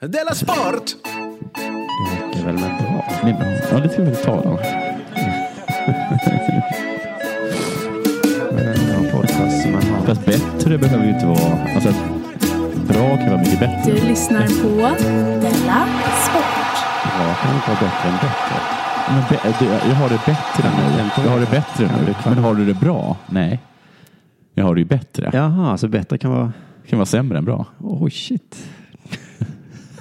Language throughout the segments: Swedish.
Della Sport! Det räcker väl med bra. Det är bra. Ja, det ska vi väl ta Mm. då. En podcast som man har. Fast bättre behöver ju inte vara... Alltså, bra kan vara mycket bättre. Du lyssnar på Della Sport. Bra kan inte vara bättre än bättre. Men be- du, jag har det bättre nu. Jag har det bättre nu. Men har du det bra? Nej. Jag har det ju bättre. Jaha, så bättre kan vara... Det kan vara sämre än bra. Oh shit.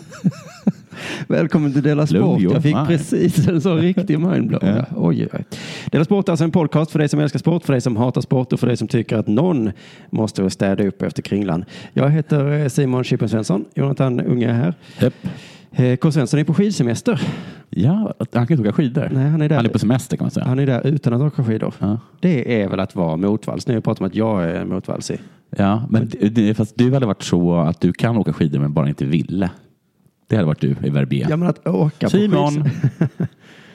Välkommen till Della Blow Sport. your Jag fick mind. precis en sån riktig mindblow. Ja. Oj, oj. Della Sport är alltså en podcast för dig som älskar sport, för dig som hatar sport och för dig som tycker att någon måste städa upp efter kringlan. Jag heter eh, Simon Chippen Svensson. Jonathan Unge är här. Eh, K. Svensson är på skidsemester. Ja, han kan inte åka skidor. Nej, han är där. Han är på semester kan man säga. Han är där utan att åka skidor. Ja. Det är väl att vara motvalls. Nu pratar man om att jag är motvalsig. Ja, men det- det, fast du hade varit så att du kan åka skidor men bara inte ville. Det hade varit du i Verbier. Ja, men att åka på Simon! skidsemester.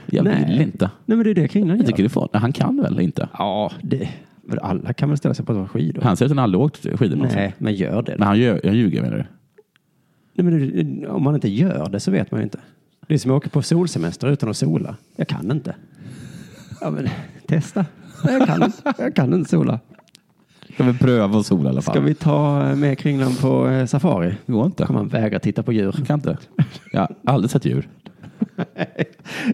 Jag Nej. vill inte. Nej, men det är det kringlan Jag tycker gör. du får. Han kan väl inte? Ja, det, men alla kan väl ställa sig på ett par skidor? Han säger att han aldrig åkt skidor. någonsin. Nej, men gör det. då. Men han ljög, jag ljuger menar du? Nej, men det- om man inte gör det så vet man ju inte. Det är som att åka på solsemester utan att sola. Jag kan inte. Ja, men testa. Nej, Jag kan, inte. jag kan inte sola. Ska vi pröva att sola i alla fall? Ska vi ta eh, med kringlan på eh, safari? Det går inte. Då kommer han vägra titta på djur. Jag kan inte. Jag har aldrig sett djur. Jag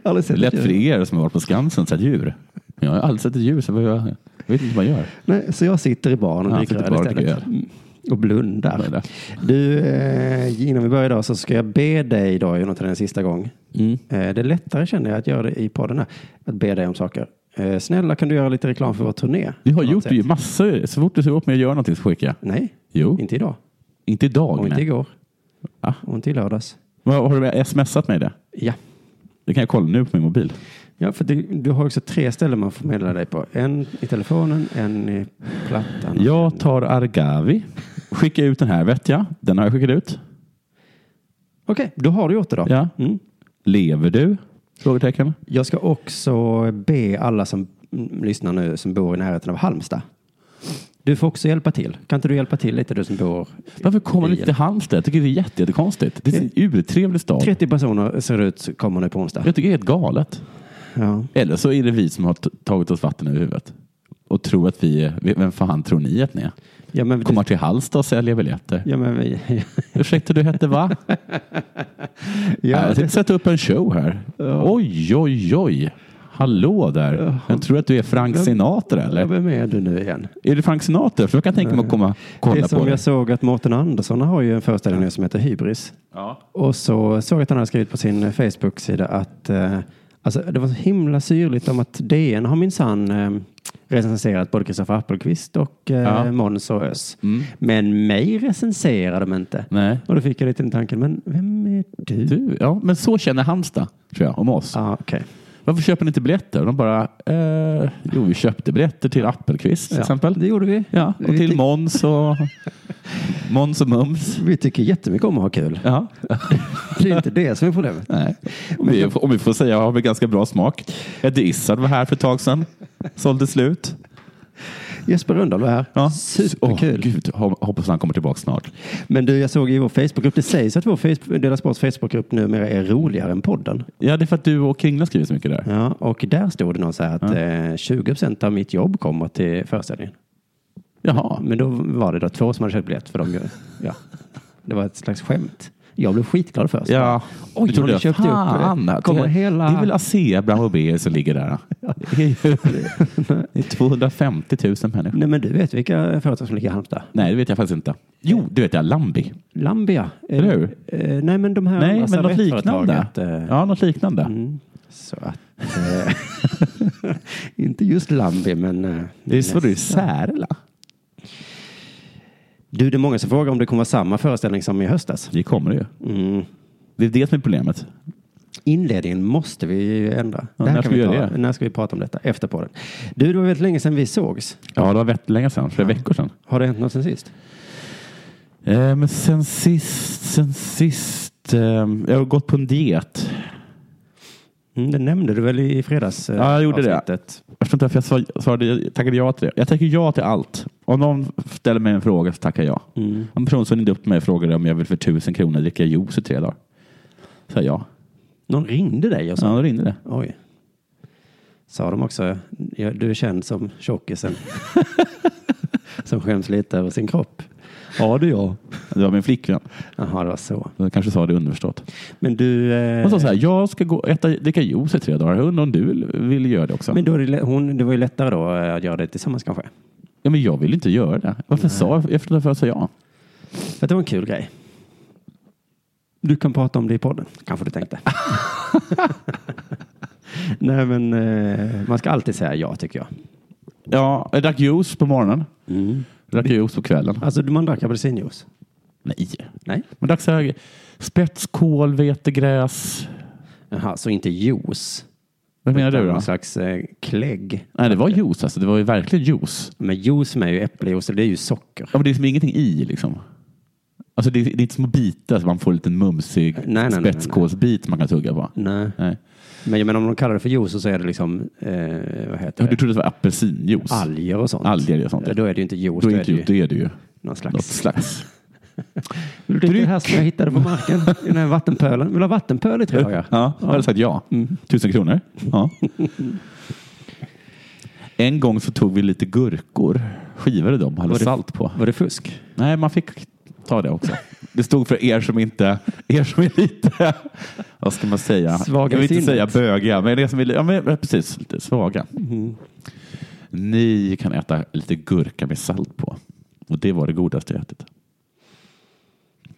har aldrig Det sett är lätt djur. för er som har varit på Skansen och sett djur. Men jag har aldrig sett ett djur så jag, jag vet inte vad man gör. Nej, så jag sitter i baren och Ja, dricker sitter i öl baren och istället. dricker öl. Mm, Och blundar. Blundar. Du, eh, innan vi börjar idag så ska jag be dig idag Jonathan en sista gång. Mm. Eh, det är lättare känner jag att göra det i podden här. Att be dig om saker. Eh, snälla kan du göra lite reklam för vår turné? Vi har På något gjort sätt. det ju Oh. massor. Så fort du säger åt mig att göra någonting så skickar jag. Nej, Jo, inte idag. inte idag. Och inte nej. igår. Va? Och inte i lördags. Vad- Har du smsat mig det? Ja. Det kan jag kolla nu på min mobil. Ja, för du, du har också tre ställen man får meddela dig på. En i telefonen, en i plattan. Jag tar Argavi. Skicka ut den här vet jag. Den har jag skickat ut. Okej, då har du gjort det då. Ja. Mm. Lever du? Frågetecken. Jag ska också be alla som mm, lyssnar nu som bor i närheten av Halmstad. Du får också hjälpa till. Kan inte du hjälpa till lite du som bor? Varför kommer ni inte till Halmstad? Jag tycker det är jätte- jättekonstigt. Det är en urtrevlig stad. 30 personer ser det ut kommer nu på onsdag. Jag tycker det är helt galet. Ja. Eller så är det vi som har t- tagit oss vatten över huvudet och tror att vi är, vem fan tror ni att ni är? Ja, men, Kommer till Halmstad och säljer biljetter. ja, men vi... Ursäkta, du hette va? Ja, jag det, tänkte sätta upp en show här. Oj, oj, oj. Hallå där. Jag tror att du är Frank Sinatra ja, eller? vem är du nu igen? Är det Frank Sinatra? För jag kan tänka mig att komma det är kolla på som dig. jag såg att Mårten Andersson har ju en föreställning nu som heter Hybris. Ja. Och så såg jag att han hade skrivit på sin Facebook-sida att eh, alltså, det var så himla syrligt om att DN har minsann eh, recenserat både Kristoffer Appelqvist och eh, Ja. Mm. Måns och Ös. Men mig recenserar de inte. Nej. Och då fick jag lite den tanken, men vem är du? Du, ja, men så känner Halmstad, tror jag, om oss. Ja, okej. Varför köper ni inte biljetter? De bara, eh, jo, vi köpte biljetter till Appelqvist till Ja, exempel. Det gjorde vi. Ja, och vi, till tyck- Måns och Måns och Mums. vi tycker jättemycket om att ha kul. Ja. Det är inte det som är problemet. Nej. Om, vi, om vi får säga har vi ganska bra smak. Eddie Izzard var här för ett tag sedan. Sålde slut. Jesper Rönndahl var här. Ja. Superkul. Åh, Gud, hop- hoppas han kommer tillbaka snart. Men du, jag såg i vår Facebookgrupp, det sägs att vår Facebook, Dela Sports Facebookgrupp numera är roligare än podden. Ja, det är för att du och Kringla skriver så mycket där. Ja, och där stod det någon så här att eh, 20 procent av mitt jobb kommer till föreställningen. Jaha. Men då var det då två som hade köpt biljett för de, ja, det var ett slags skämt. Jag blev skitglad först. Ja, Oj, det trodde har ni köpt upp, eh, Fan, det- kommer hela- Det är väl ASEA Brown Beer som ligger där. Det är 250 000 människor. Nej, men du vet vilka företag som ligger i Halmstad? Nej, det vet jag faktiskt inte. Jo, det vet jag. Lambi. Lambia. Eller hur? Eh, nej, men de här Nej, andra men något liknande. servettföretaget, eh, Ja, något liknande. Mm, så att, eh, inte just Lambi, men... eh, Det är så nästan. du Särla. Du, det är många som frågar om det kommer vara samma föreställning som i höstas. Det kommer det ju. Mm. Det är det som är problemet. Inledningen måste vi ju ändra. Ja, Det här när kan ska vi vi ta, göra det? När ska vi prata om detta? Efter podden. Du, det var väldigt länge sedan vi sågs. Ja, det var väldigt länge sedan. Flera veckor sedan. Har det hänt något sen sist? Eh, men sen sist, sen sist. Eh, jag har gått på en diet. Mm, det nämnde du väl i fredags? eh, Ja, jag gjorde det. avsnittet. Jag förstår inte varför jag svar- svarade, jag tackade ja till det. Jag tackar ja till allt. Om någon ställer mig en fråga så tackar jag. Mm. En person som ringde upp mig och frågade om jag vill för tusen kronor dricka juice i tre dagar. sa jag. Någon ringde dig och Så sa han ringde det. oj. Sa de också, "Ja, du är känd som tjockisen. som skäms lite över sin kropp. Ja, det är jag. Det var min flickvän. Jaha, det var så. Jag kanske sa det underförstått. Men du... eh, Hon sa så här, jag ska gå och äta, dricka juice i tre dagar. Jag undrar om du vill, vill göra det också? Men då är det, lä- hon, det var ju lättare då eh, att göra det tillsammans kanske. ja, men jag vill inte göra det. Varför sa jag? Efter att jag sa ja. För att det var en kul grej. Du kan prata om det i podden, kanske du tänkte. Nej, men eh, man ska alltid säga ja, tycker jag. Ja, jag drack juice på morgonen. Mm. Jag drack juice på kvällen. Alltså, man drack apelsinjuice. Nej. Nej. Man drack så här spetskål, vetegräs. Jaha, så inte juice. Vad menar du Utan då? Någon slags eh, klägg. Nej, det var juice alltså. Det var ju verkligen juice. Men juice med är ju äpplejuice, det är ju socker. Ja, men det är liksom ingenting i liksom. Alltså det, är- det är inte små bitar som man får en liten mumsig nej, nej, nej, nej. spetskålsbit man kan tugga på. Nej. Nej. Men jag menar, om de kallar det för juice så är det liksom, eh, vad Ja, heter Du det? trodde det var apelsinjuice? Alger och sånt. Alger och sånt, ja. Då är det ju inte juice, Då är då, det är det ju inte det är det ju. någon slags. Något slags. Vill du dricka det här som jag hittade på marken i den här vattenpölen? Vill du ha vattenpöl i tre dagar? Ja, jag hade sagt ja. Mm. Tusen kronor. Ja. En gång så tog vi lite gurkor, skivade dem, hade Var det- salt på. Var det fusk? Nej, man fick ta det också. Det stod för er som inte, er som är lite, vad ska man säga? Svaga jag vill i inte säga sinnet. böga, men det som vill, ja, men ja, precis, lite svaga. Ni kan äta lite gurka med salt på. Och det var det godaste jag ätit.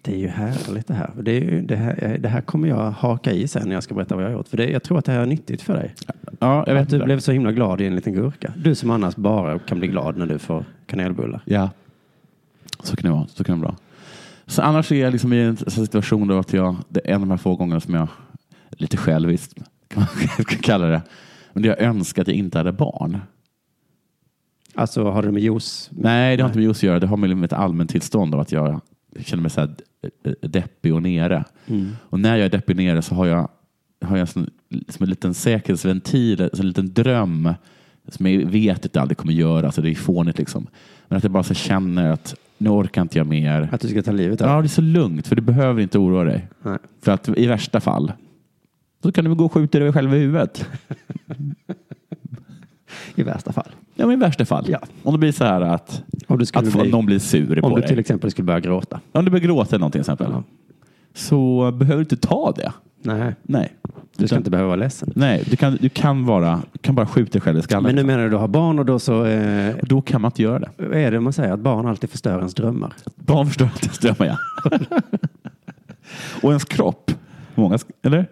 Det är ju härligt det här. Det, är ju, det här. det här kommer jag haka i sen när jag ska berätta vad jag har gjort. För det, jag tror att det här är nyttigt för dig. Ja, jag vet Du det. blev så himla glad i en liten gurka. Du som annars bara kan bli glad när du får kanelbullar. Ja, så kan det vara. Så kan det vara. Så annars är jag liksom i en sån situation då att jag, det är en av de här få gångerna som jag, lite själviskt kan man kan kalla det, men det jag önskar att jag inte hade barn. Alltså har du med juice? Nej, det har inte med just att göra. Det har med liksom ett allmänt tillstånd av att jag känner mig så här eh, deppig och nere. Mm. Och när jag är deppig och nere så har jag, har jag som, som en liten säkerhetsventil, som en liten dröm som jag vet att det aldrig kommer göra, så det är fånigt liksom. Men att jag bara så känner att nu orkar inte jag mer. Att du ska ta livet av Ja, det är så lugnt, för du behöver inte oroa dig. Nej. För att i värsta fall, då kan du väl gå och skjuta dig själv i huvudet. I värsta fall. Ja, men i värsta fall. Ja. Om det blir så här att, Om du, skulle att få- bli, någon blir sur om på du dig. till exempel skulle börja gråta. Om du börjar gråta eller någonting till exempel. Ja. Så behöver du inte ta det. Nej, Nej. du ska Utan- inte behöva vara ledsen. Nej, du kan, du kan, vara, du kan bara skjuta dig själv i skallen. Men nu menar du att du har barn och då så eh, Och Då kan man inte göra det. vad är det man säger att barn alltid förstör ens drömmar. Barn förstår inte strömmar, ja. Och ens kropp. Många, sk- eller?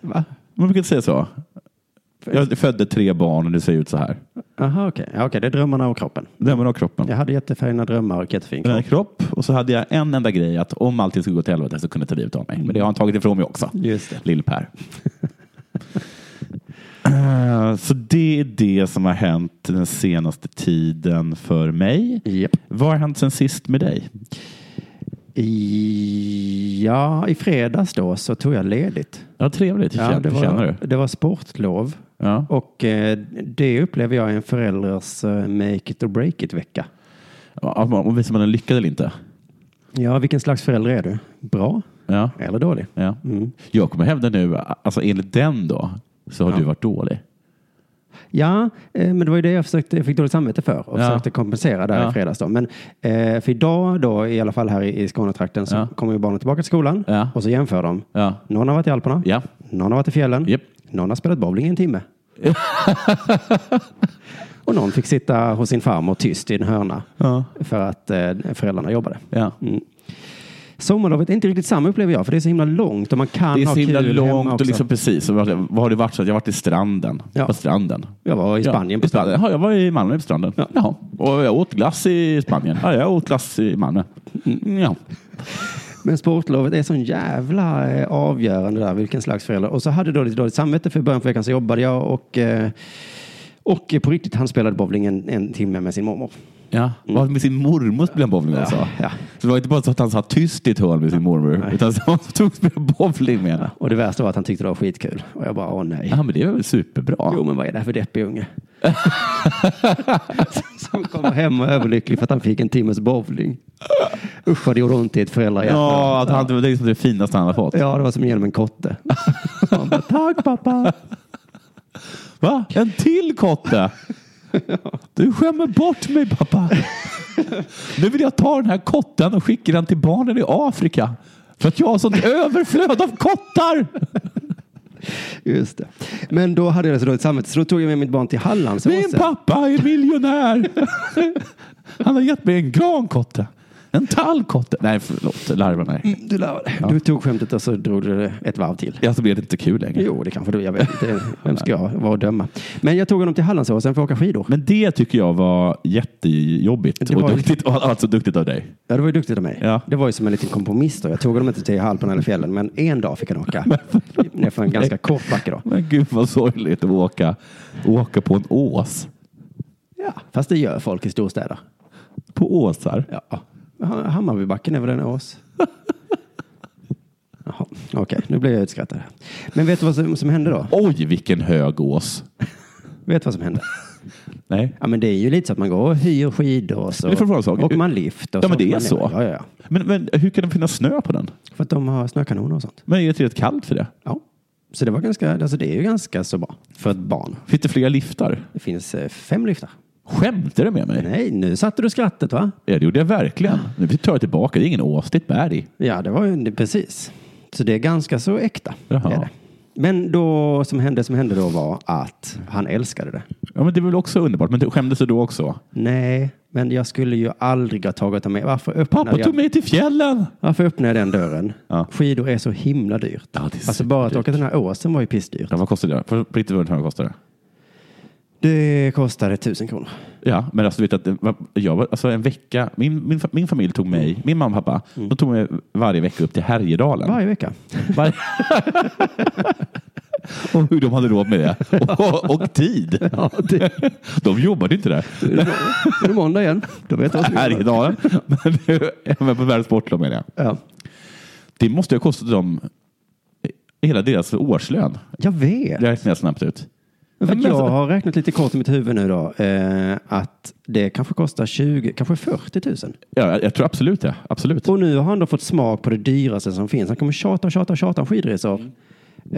Va? Man brukar säga så. Jag födde tre barn och det ser ut så här. Jaha, okej. Ja, okej, det är drömmarna och kroppen. Den var kroppen. Jag hade jättefina drömmar och jättefin Den här kropp. kropp och så hade jag en enda grej att om allting skulle gå till helvete så kunde jag ta livet av mig. Men det har han tagit ifrån mig också. Just det. Lill-Per. Eh, så det är det som har hänt den senaste tiden för mig. Japp. Vad har hänt sen sist med dig? I, ja, i fredags då så tog jag ledigt. Ja, trevligt. Hur Ja, känner- det, hur känner du? var, det var sportlov Ja. och eh, det upplever jag är en förälders eh, make it or break it vecka. Om man visar man den lyckad eller inte? Ja, vilken slags förälder är du? Bra Ja. eller dålig? ja. Mm. Jag kommer hävda nu, alltså enligt den då, så har du varit dålig. Ja, eh, men det var ju det jag, försökte, jag fick dåligt samvete för och Ja. försökte kompensera där Ja. i fredags. Då. Men eh, för idag då, i alla fall här i, i Skånetrakten, så Ja. kommer ju barnen tillbaka till skolan Ja. och så jämför de. Ja. Någon har varit i Alperna, Ja. någon har varit i fjällen, Japp. någon har spelat bowling i en timme. och någon fick sitta hos sin farmor tyst i en hörna Ja. för att eh, föräldrarna jobbade. Ja. Sommarlovet är inte riktigt samma upplever jag, för det är så himla långt och man kan Det är ha så himla kul hemma långt också. och liksom precis. Och Vad vad har det varit? Så att jag har varit i stranden. Ja. På stranden. Jag var i Spanien ja, på stranden. Ja, jag var i Malmö på stranden. Ja. Och jag åt glass i Spanien. Ja, jag åt glass i Malmö. Mm, ja. Men sportlovet är sån jävla eh, avgörande där, vilken slags förälder. Och så hade jag då lite dåligt samvete för i början på veckan så jobbade jag och, eh, och eh, på riktigt han spelade bowling en, en timme med sin mormor. Ja, var Mm. med sin mormor spelade han bowling också. ja. Så det var inte bara så att han satt tyst i ett hörn med sin mormor, utan så han tog och spelade bowling med henne. Och det värsta var att han tyckte det var skitkul. Och jag bara, åh nej. Ja, men det är väl superbra. Jo, men vad är det här för deppig unge? Han kommer hem och är överlycklig för att han fick en timmes bowling. Usch vad det gjorde ont i ett föräldrahjärta. Ja, att han, det är liksom det finaste han har fått. Ja, det var som genom en kotte. Han bara, Tack pappa. Va? En till kotte? Du skämmer bort mig pappa. Nu vill jag ta den här kotten och skicka den till barnen i Afrika. För att jag har sånt överflöd av kottar. Just det. Men då hade jag så dåligt samvete så då tog jag med mitt barn till Halland. Så Min måste- pappa är miljonär. Han har gett mig en grankotte. En tallkotte. Nej, förlåt. Larva mig. Du, larvade. du tog skämtet och så drog du det ett varv till. Jag så blir det alltså inte kul längre. Jo, det kanske du. Jag vet inte. Vem ska jag vara och döma? Men jag tog honom till Hallandsåsen för att åka skidor. Men det tycker jag var jättejobbigt Det var- och duktigt. Och alltså duktigt av dig. Ja, det var ju duktigt av mig. Ja. Det var ju som en liten kompromiss då. Jag tog honom inte till Halpen eller fjällen, men en dag fick han åka. Ner för en ganska kort backe då. Men gud vad sorgligt att åka, åka på en ås. Ja, fast det gör folk i storstäder. På åsar? Ja. Ha- Hammarbybacken är väl en ås? Jaha, okej. Nu blev jag utskrattad. här. Men vet du vad som, som hände då? Oj, vilken hög ås. Vet du vad som hände? Nej. Ja, men det är ju lite så att man går och hyr skidor och så Men för fan, så- åker man lift. Och Ja, så men det åker är man så. ner. Ja, ja, ja. Men, men hur kan det finnas snö på den? För att de har snökanoner och sånt. Men är det tillräckligt kallt för det? Ja, så det var ganska, alltså det är ju ganska så bra för ett barn. Finns det flera liftar? Det finns eh, fem lyftar. Skämtar du med mig? Nej, nu satte du skrattet va? Ja, det gjorde jag verkligen. Nu tar jag tillbaka. Det är ingen ås, det är ett berg. Ja, det var ju det- precis. Så det är ganska så äkta. Jaha. Är det. Men då, som hände, som hände då var att han älskade det. Ja, men det är väl också underbart. Men du skämdes du då också? Nej, men jag skulle ju aldrig ha tagit dem med. Varför öppnade, Pappa jag, tog mig till fjällen. Varför öppnade jag den dörren? Ja. Skidor är så himla dyrt. Ja, det är alltså bara att åka till den här åsen var ju pissdyrt. Ja, vad kostar det? På riktigt undrar jag vad kostar det? Det kostade tusen kronor. Ja, men alltså, du vet att det var- jag var, alltså en vecka, min, min, fa- min familj tog mig, min mamma och pappa, de tog mig varje vecka upp till Härjedalen. Varje vecka. Var- och hur de hade råd med det. Och, och tid. Ja, det, De jobbade inte där. är det måndag igen. Då vet jag vad som händer. Härjedalen. Men, men på Världens sportlov menar jag. Ja. Det måste ju ha kostat dem hela deras årslön. Jag vet. Det räknar jag snabbt ut. För Men att jag alltså- har räknat lite kort i mitt huvud nu då. Eh, att det kanske kostar 20, kanske 40 000. Ja, jag- jag tror absolut det. Absolut. Och nu har han då fått smak på det dyraste som finns. Han kommer tjata och tjata och tjata om skidresor Mm.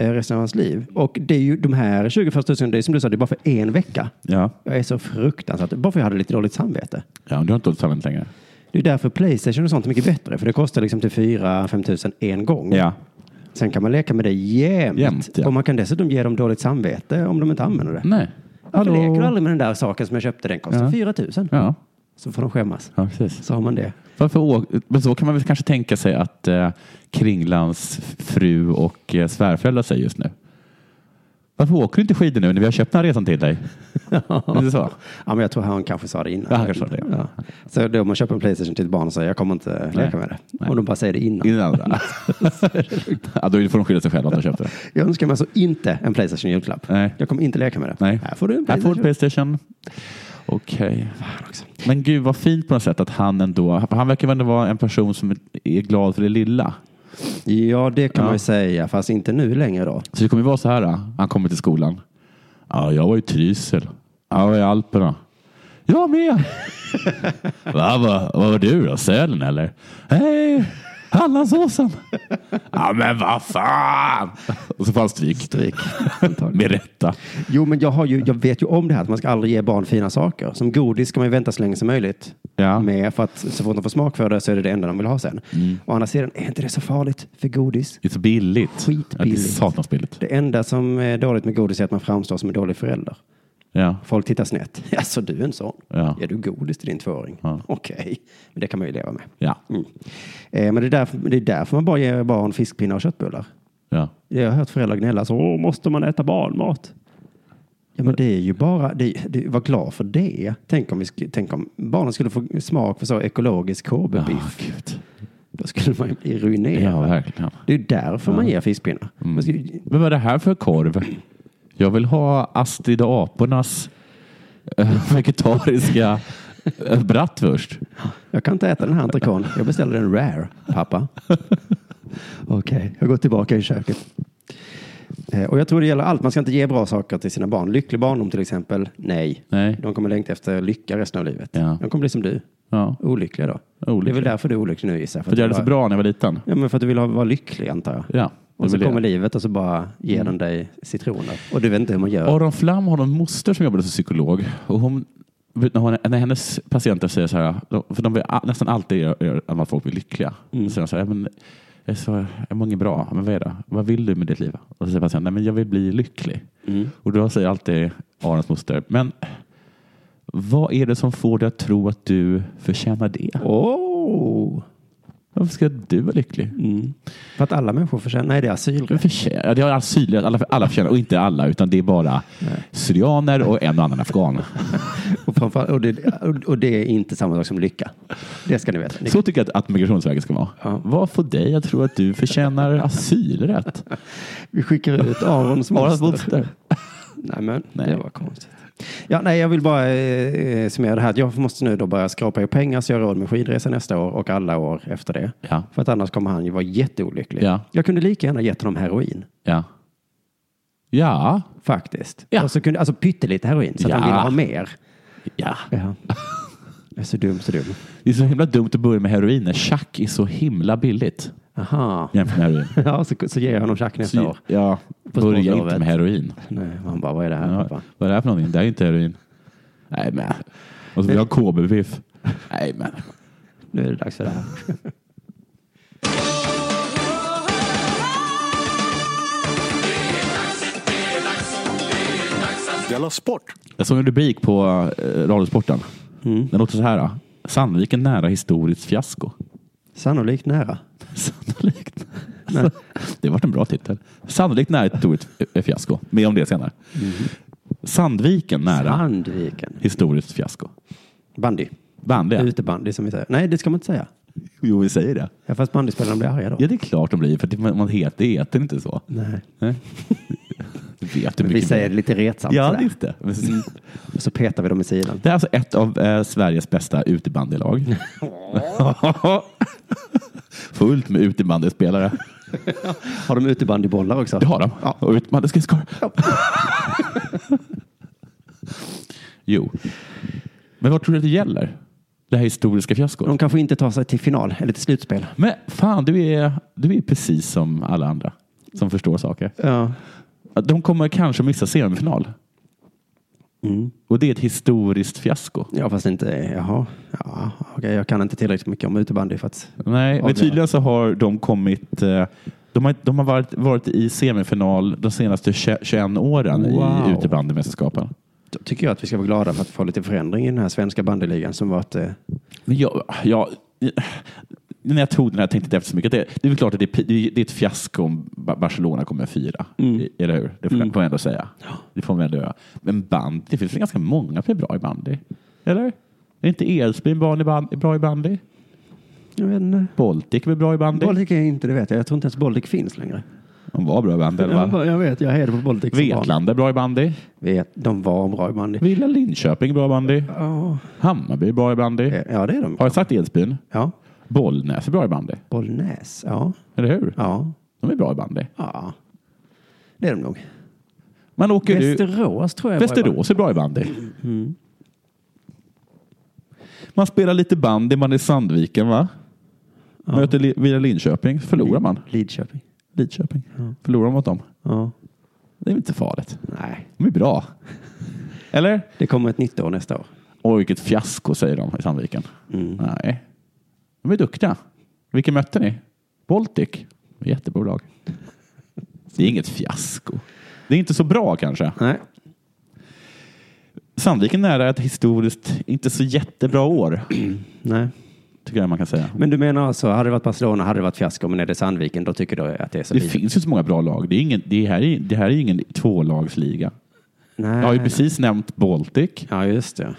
eh, resten av hans liv. Och det är ju de här 20 000, det är som du sa, det är bara för en vecka. Ja, Jag är så fruktansvärt, bara för jag hade lite dåligt samvete. ja men du har inte dåligt talent längre. Det är därför Playstation och sånt är mycket bättre, för det kostar liksom till 4-5 tusen en gång. Ja. Sen kan man leka med det jämt. Jämt, ja. Och man kan dessutom ge dem dåligt samvete om de inte använder det. Nej. Varför leker du aldrig med den där saken som jag köpte? Den kostar Ja. 4 000. Ja, Så får de skämmas. ja precis. Så har man det. Varför å- men så kan man väl kanske tänka sig att eh, Kringlands fru och eh, svärföräldrar säger just nu. Varför åker du inte skidor nu när vi har köpt den här resan till dig? Är det så? Ja, men jag tror han kanske sa det innan. Ja, han kanske sa det, ja. Ja. Så då man köper en Playstation till ett barn och säger jag kommer inte leka med det. Och de bara säger det innan. Ingen andra. ja, då får de skylla sig själva att de köpte det. Jag önskar mig alltså inte en Playstation i julklapp. Nej. Jag kommer inte leka med det. Nej. Här får du en Här får du Playstation. Playstation. Okej. Men gud vad fint på något sätt att han ändå, för han verkar väl ändå vara en person som är glad för det lilla. Ja, det kan man ju säga, fast inte nu längre då. Så det kommer ju vara så här, ah, han kommer till skolan. Ja, jag var i Trysil. Ja, Jag var i Alperna. Jag med. Va, va, vad var du då? Sälen eller? Hej, Hallandsåsen. Ja, men vad fan. Och så får han stryk. Stryk. med rätta. Jo, men jag, har ju, jag vet ju om det här att man ska aldrig ge barn fina saker. Som godis ska man ju vänta så länge som möjligt Ja. Mm. med. För att så fort de får smak för det så är det det enda de vill ha sen. Å andra sidan, är inte det så farligt för godis? Det är så billigt. Skitbilligt. Ja, det är satans billigt. Det enda som är dåligt med godis är att man framstår som en dålig förälder. Ja. Folk tittar snett. Alltså du är en sån? Ja. Ger du godis till din tvååring? Ja. Okej, men det kan man ju leva med. Ja. Mm. Eh, men det är, därför, det är därför man bara ger barn fiskpinnar och köttbullar. ja. Jag har hört föräldrar gnälla så, Åh, måste man äta barnmat? Ja, men det är ju bara, det, det, var glad för det. Tänk om, vi, sk- tänk om barnen skulle få smak för så ekologisk Ja, KB-biff. gud. Då skulle man ju bli ruinerad. Ja, verkligen. det är ju därför man ger fiskpinnar. Man ska ju- Men vad är det här för korv? Jag vill ha Astrid och apornas eh, vegetariska eh, bratwurst. Jag kan inte äta den här entrecôten. Jag beställer en rare, pappa. Okej, jag går tillbaka i köket. Eh, Och jag tror det gäller allt. Man ska inte ge bra saker till sina barn. Lycklig barndom till exempel, nej. Nej. De kommer längta efter lycka resten av livet. Ja. De kommer bli som du, Ja. olyckliga då. Det är väl Olycklig. därför du är olycklig nu gissar jag. För att jag hade du så bara- bra när jag var liten. Ja, men för att du vill ha, vara lycklig antar jag. Ja. det Och så vill jag. Mm. kommer livet och så bara ger den dig citroner. Och du vet inte hur man gör. Aron Flam har en moster som jobbade som psykolog. Och hon, när, hon, när hennes patienter säger så här, för de vill a- nästan alltid göra- göra att folk blir lyckliga. Mm. Så de säger, men, jag så, jag mår inget bra, men vad är det? Vad vill du med ditt liv? Och så säger patienten, nej men jag vill bli lycklig. Mm. Och då säger alltid Arons moster, men vad är det som får dig att tro att du förtjänar det? Åh! Varför ska du vara lycklig? Mm. Oh! För att alla människor förtjänar, nej det är Men asylrätt. förtjänar, ja, det har asyl, alla, alla förtjänar, och inte alla, utan det är bara syrianer och en och annan afghan. Och, framförallt- och, det, och det är inte samma sak som lycka. Det ska ni veta. Ni- Så tycker jag att, att Migrationsverket ska vara. Ja. Vad får dig att tro att du förtjänar asylrätt? Vi skickar ut Arons Arons moster. moster. Nej, men Nej. det var konstigt. Ja, nej, jag vill bara eh, eh, summera det här. Jag måste nu då börja skrapa ihop pengar så jag har råd med skidresa nästa år och alla år efter det. Ja. För att annars kommer han ju vara jätteolycklig. Ja. Jag kunde lika gärna gett honom heroin, Ja. Ja. faktiskt. Ja. Och så kunde, alltså pyttelite heroin, så att Ja. han ville ha mer. Ja. Ja. Jag är så dum, så dum. Det är så himla dumt att börja med heroin när chack är så himla billigt Aha. jämfört med heroin. Ja, så, så ger jag honom tjack nästa Så, år. ja, På börja smålovet. inte med heroin. Nej, och han bara, vad är det här? Ja, pappa? vad är det här för någonting? Det här är inte heroin. Nej, men. Och så vill jag ha KB-biff. Nej, men. Nu är det dags för det här. Della Sport! Jag såg en rubrik på eh, Radiosporten. Mm. Den låter så här. Då. Sandviken nära historiskt fiasko. Sannolikt nära. Sannolikt. Alltså, Det har varit en bra titel. Sannolikt nära ett historiskt eh, fiasko. Mer om det senare. Mm-hmm. Sandviken nära Sandviken. historiskt fiasko. Bandy. Bandy. ja. Utebandy som vi säger. Nej, det ska man inte säga. Jo, vi säger det. Ja, fast bandyspelarna blir arga då. Ja, det är klart de blir. För det, man, man heter, det heter inte så. Nej. Nej. Du vet hur Men vi mycket säger det lite retsamt Ja, sådär. visst det. Men- Och så petar vi dem i sidan. Det är alltså ett av eh, Sveriges bästa utebandylag. Fullt med utebandyspelare. Har de utebandybollar också? Det har de. Och utman, det ska jag skoja. jo. Men vad tror du att det gäller? Det här historiska fiaskot? De kanske inte tar sig till final eller till slutspel. Men fan, du är, du är precis som alla andra som förstår saker. Ja. Att De kommer kanske missa semifinal. Och det är ett historiskt fiasko. ja, fast inte... Jaha. Ja, okej, jag kan inte tillräckligt mycket om utebandy för att... Nej, men Avgörande. tydligen så har de kommit... eh, De har, de har varit, varit i semifinal de senaste 20 21 åren Wow. i utebandymästerskapen. Då tycker jag att vi ska vara glada för att få lite förändring i den här svenska bandyligan som varit... Eh, Men jag, jag, när jag tog den här tänkte jag inte efter så mycket. Det, det är väl klart att det är, pi- det är- det är ett fiasko om Ba- Barcelona kommer fyra. Mm. I- Eller hur? Det får man- får man ändå säga. Det får man ändå göra. Men bandy, det finns väl ganska många som är bra i bandy? Eller? Är inte Edsbyn barn i ban- bra i bandy? jag vet inte. Baltic är väl bra i bandy? Baltic är inte, det vet jag. Jag tror inte ens Baltic finns längre. De var bra i bandy. eller Jag, va? bara- jag vet, jag hejar på Baltic som barn. Vetlanda är bra i bandy. Vet, de var bra i bandy. Villa Linköping är bra i bandy. Ja, Hammarby är bra i bandy. Eh, ja, det är de. Har jag sagt Edsbyn? Ja. Bollnäs är bra i bandy. Bollnäs, ja. Eller hur? Ja. De är bra i bandy. ja. Det är de nog. Man åker ju- Västerås tror jag. var i bandy. Västerås är bra i bandy. Man spelar lite bandy, man är i Sandviken va? Möter Li- Villa Linköping, förlorar man. Lidköping. Lidköping. Förlorar man mot dem. Ja. Det är väl inte farligt. Nej, De är bra. Eller? det kommer ett nytt år nästa år. Oj, vilket fiasko säger de i Sandviken. Nej. De är duktiga. Vilka mötte ni? Baltic. Jättebra lag. Det är inget fiasko. Det är inte så bra kanske. Nej. Sandviken är nära ett historiskt inte så jättebra år. Nej. Tycker jag man kan säga. Men du menar alltså, hade det varit Barcelona hade det varit fiasko, men är det Sandviken då tycker du att det är så Det vidrigt? finns ju så många bra lag. Det, är ingen, det, här, är, det här är ju ingen tvålagsliga. Nej. Jag har ju precis nämnt Baltic, Ja, just det.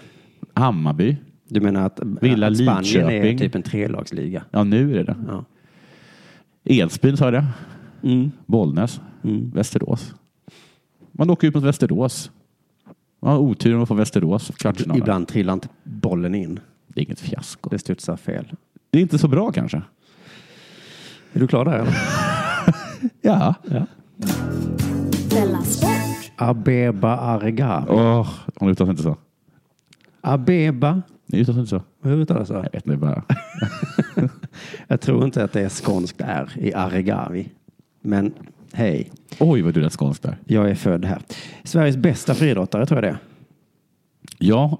Hammarby. Du menar att, Villa att Spanien är Lidköping. typ en trelagsliga? Ja, nu är det det. Ja. Edsbyn sa jag det. Mm. Bollnäs. Västerås. Man åker ut mot Västerås. Man har oturen att få Västerås. kvartsfinalen. Ibland trillar inte bollen in. Det är inget fiasko. Det studsar fel. Det är inte så bra kanske. Är du klar där? Eller? Ja. Abeba Arga. Åh, hon uttalar sig inte så. Abeba. Ni uttalar sig inte så. Hur uttalas det? Jag vet inte bara. Jag tror inte att det är skånskt R i Argavi. Men hej, Oj, vad du lät skånsk där. jag är född här. Sveriges bästa friidrottare tror jag det är. Ja,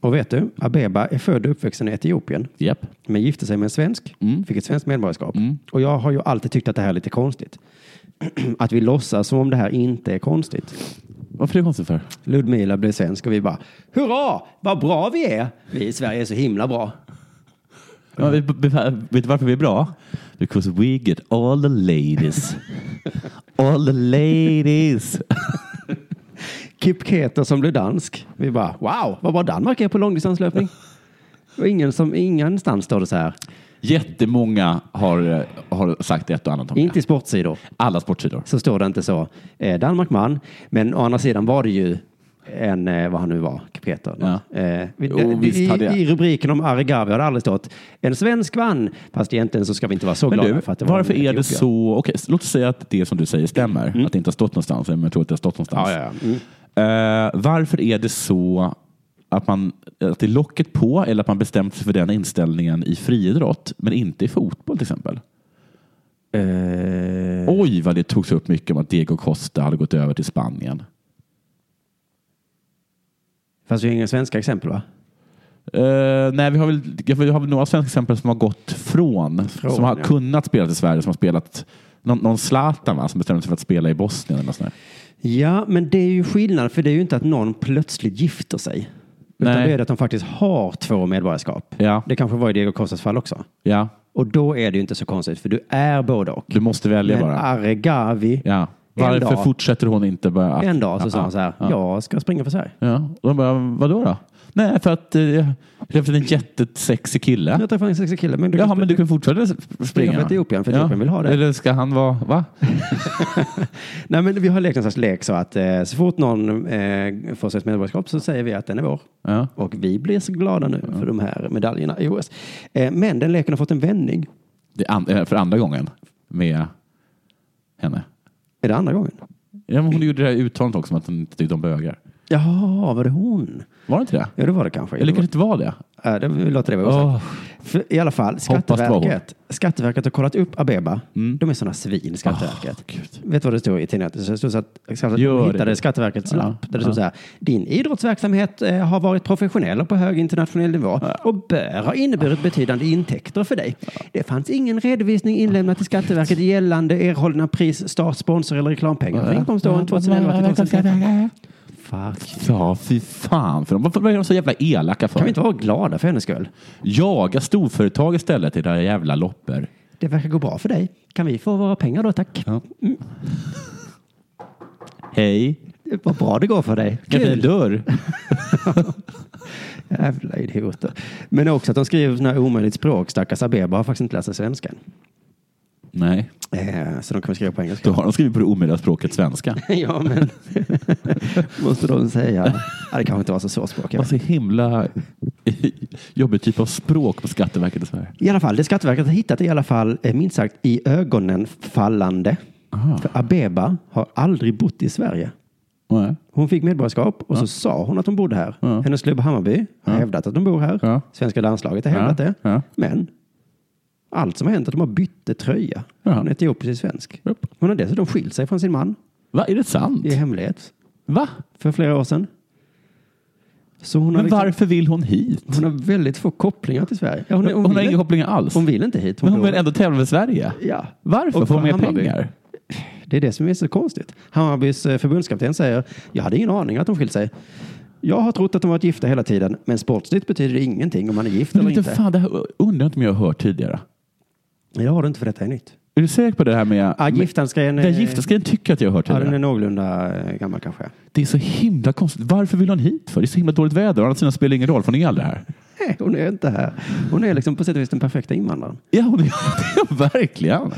Och vet du, Abeba är född och uppvuxen i Etiopien. japp. Men gifte sig med en svensk, fick ett svenskt medborgarskap. Och jag har ju alltid tyckt att det här är lite konstigt. att vi låtsas som om det här inte är konstigt. Varför är det konstigt för? Ludmila blev svensk och vi bara, hurra, vad bra vi är! Vi i Sverige är så himla bra. Ja, vi, vi, vet du varför vi är bra? Because we get all the ladies. all the ladies. Kipketer som blev dansk. Vi bara, wow, vad bra Danmark är på långdistanslöpning. Och ingen som, ingenstans står det så här. Jättemånga har, eh, har sagt ett och annat om Inte det. i sportsidor Alla sportsidor. så står det inte så. Eh, Danmark man, men å andra sidan var det ju en, eh, vad han nu var, Peter. Ja. Eh, vi, Jo, i, visst hade jag. I rubriken om Arigavi har det aldrig stått en svensk vann. Fast egentligen så ska vi inte vara så Men glada du, för att det var varför en är det etiopier. så... Okej, så låt oss säga att det som du säger stämmer. Att det inte har stått någonstans. Men jag tror att det har stått någonstans. Ja, ja, ja. Mm. Eh, varför är det så att, man, att det är locket på eller att man bestämt sig för den inställningen i friidrott men inte i fotboll till exempel? Eh, Oj, vad det togs upp mycket om att Diego Costa hade gått över till Spanien. fast vi har inga svenska exempel va? Eh, nej, vi har, väl, jag har väl några svenska exempel som har gått från, Från, som har ja. kunnat spela i Sverige, som har spelat någon, någon Zlatan va, som bestämde sig för att spela i Bosnien. Eller något sånt där. Ja, men det är ju skillnad för det är ju inte att någon plötsligt gifter sig. Utan Nej. det är det att de faktiskt har två medborgarskap. Ja. Det kanske var i Diego Costas fall också. Ja, Och då är det ju inte så konstigt för du är både och. du måste välja Men bara. Argavi, Ja. en Varför dag- fortsätter hon inte bara? att- en dag så Ja, sa han så här, ja. jag ska springa för Sverige. Ja, och de bara, vadå då? Nej, för att eh, jag träffade en jättesexig kille. Jag träffade en sexig kille, men du Jaha, kan men du kan fortsätta s- springa. för Etiopien, för Etiopien vill ha det. Eller ska han vara, va? Nej, men vi har lekt en sorts lek så att eh, så fort någon eh, får sitt medborgarskap så säger vi att den är vår. Ja. Och vi blir så glada nu för de här medaljerna i OS. Eh, men den leken har fått en vändning. Det är an- eh, för andra gången med henne. Är det andra gången? Ja, men hon gjorde det här uttalandet också om att hon inte tyckte om bögar. Jaha, var det hon? Var det inte det? Ja, det var det kanske. Eller kanske inte var det? Ja, det låter det vara Åh. osagt. För I alla fall, det var hon. Mm. Skatteverket, Skatteverket har kollat upp Abeba. De är sådana svin, Skatteverket. Åh, Gud. Vet du vad det stod i tidningen? Det stod så att Gör Skatteverket det. hittade Skatteverkets Ja, lapp där det ja. stod så här. Din idrottsverksamhet eh, har varit professionell och på hög internationell nivå och bör ha inneburit betydande intäkter för dig. Det fanns ingen redovisning inlämnad till Skatteverket gällande erhållna pris, start, sponsor eller reklampengar för inkomståren 2011 till 2013. Fuck. Ja, fy fan. För dem. Varför är de så jävla elaka för? Kan vi inte vara glada för hennes skull? Jaga storföretag istället i era jävla loppor. Det verkar gå bra för dig. Kan vi få våra pengar då, tack? Mm. Hej. Vad bra det går för dig. Kan jag öppna en dörr? Jävla idioter. Men också att de skriver sådana här omöjligt språk. Stackars Abeba har faktiskt inte lärt sig svenska än. Nej, Eh, så de kommer skriva på då engelska. har de skrivit på det omöjliga språket svenska. ja, men måste de säga. Ja, det kanske inte var så svårt språk. jag Vad vet. så himla jobbig typ av språk på Skatteverket i Sverige. I alla fall, det Skatteverket har hittat är i alla fall eh, minst sagt i ögonen fallande. För Abeba har aldrig bott i Sverige. Nej. Hon fick medborgarskap och så sa hon att hon bodde här. Hennes klubb Hammarby har hävdat att de bor här. Ja. Svenska landslaget har hävdat Ja. det. Ja. Men allt som har hänt är att de har bytt tröja. Ja. Hon är etiopisk svensk. Japp. Hon har dessutom skilt sig från sin man Va, är det sant? i hemlighet Va? för flera år sedan. Så hon har, Men liksom, varför vill hon hit? hon har väldigt få kopplingar till Sverige. Ja, hon, är- Hon, hon, har vill, inga kopplingar alls. hon vill inte hit. men hon bor- vill ändå tävla med Sverige. Ja. Varför? Och Får hon mer Hammarby. pengar? Det är det som är så konstigt. Hammarbys eh, förbundskapten säger, jag hade ingen aning att de skilt sig. Jag har trott att de varit gifta hela tiden, men sportsligt betyder det ingenting om man är gift Men eller inte inte. fan, det här undrar jag inte om jag har hört tidigare. Jag har det inte för detta är nytt. Är du säker på det här med... Ah, giftansgrejen Den giftasgrejen tycker jag att jag har hört ja, den är tidigare. någorlunda eh, gammal kanske. Det är så himla konstigt. Varför vill hon hit för? Det är så himla dåligt väder. Å andra sidan spelar det ingen roll, för hon är aldrig här. Nej, hon är inte här. Hon är liksom på sätt och vis den perfekta invandraren. Ja, hon är verkligen.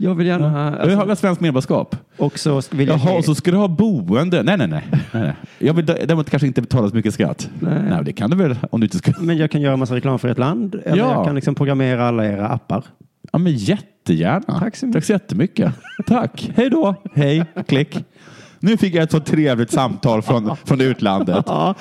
Jag vill gärna... jag har Alltså, väl svenskt medborgarskap? och så vill jag... Jaha, och så ska du ha boende? Nej, nej, nej. nej, nej. Jag vill dä- däremot kanske inte betala så mycket skatt. Nej, det kan du väl om du inte ska... Men jag kan göra massa reklam för ett land. Eller Ja. jag kan liksom programmera alla era appar. Ja, men jättegärna. Tack så mycket. Tack så jättemycket. Tack. Hej då. Hej. Klick. Nu fick jag ett så trevligt samtal från, från utlandet. Ja,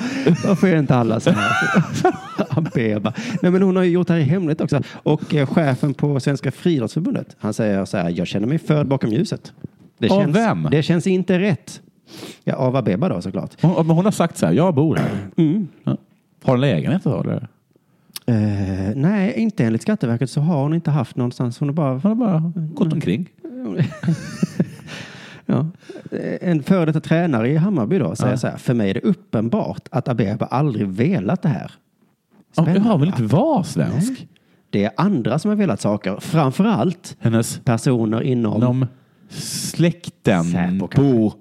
varför är inte alla så här? Abeba. Nej, men hon har ju gjort det här i hemlighet också. Och eh, chefen på Svenska Friidrottsförbundet, han säger så här, jag känner mig förd bakom ljuset. Det Av känns, vem? Det känns inte rätt. Ja, av Abeba då såklart. Hon, men hon har sagt så här, jag bor här. Ja. Har hon lägenhet då? Eller? Eh, nej, inte enligt Skatteverket så har hon inte haft någonstans. Hon har bara Hon har bara gått omkring. Ja. eh, En före detta tränare i Hammarby då säger så här. För mig är det uppenbart att Abeba aldrig velat det här. Hon har väl inte va? vara svensk? Nej. Det är andra som har velat saker. Framför allt Hennes personer inom... inom släkten, Säpo kanske. bo,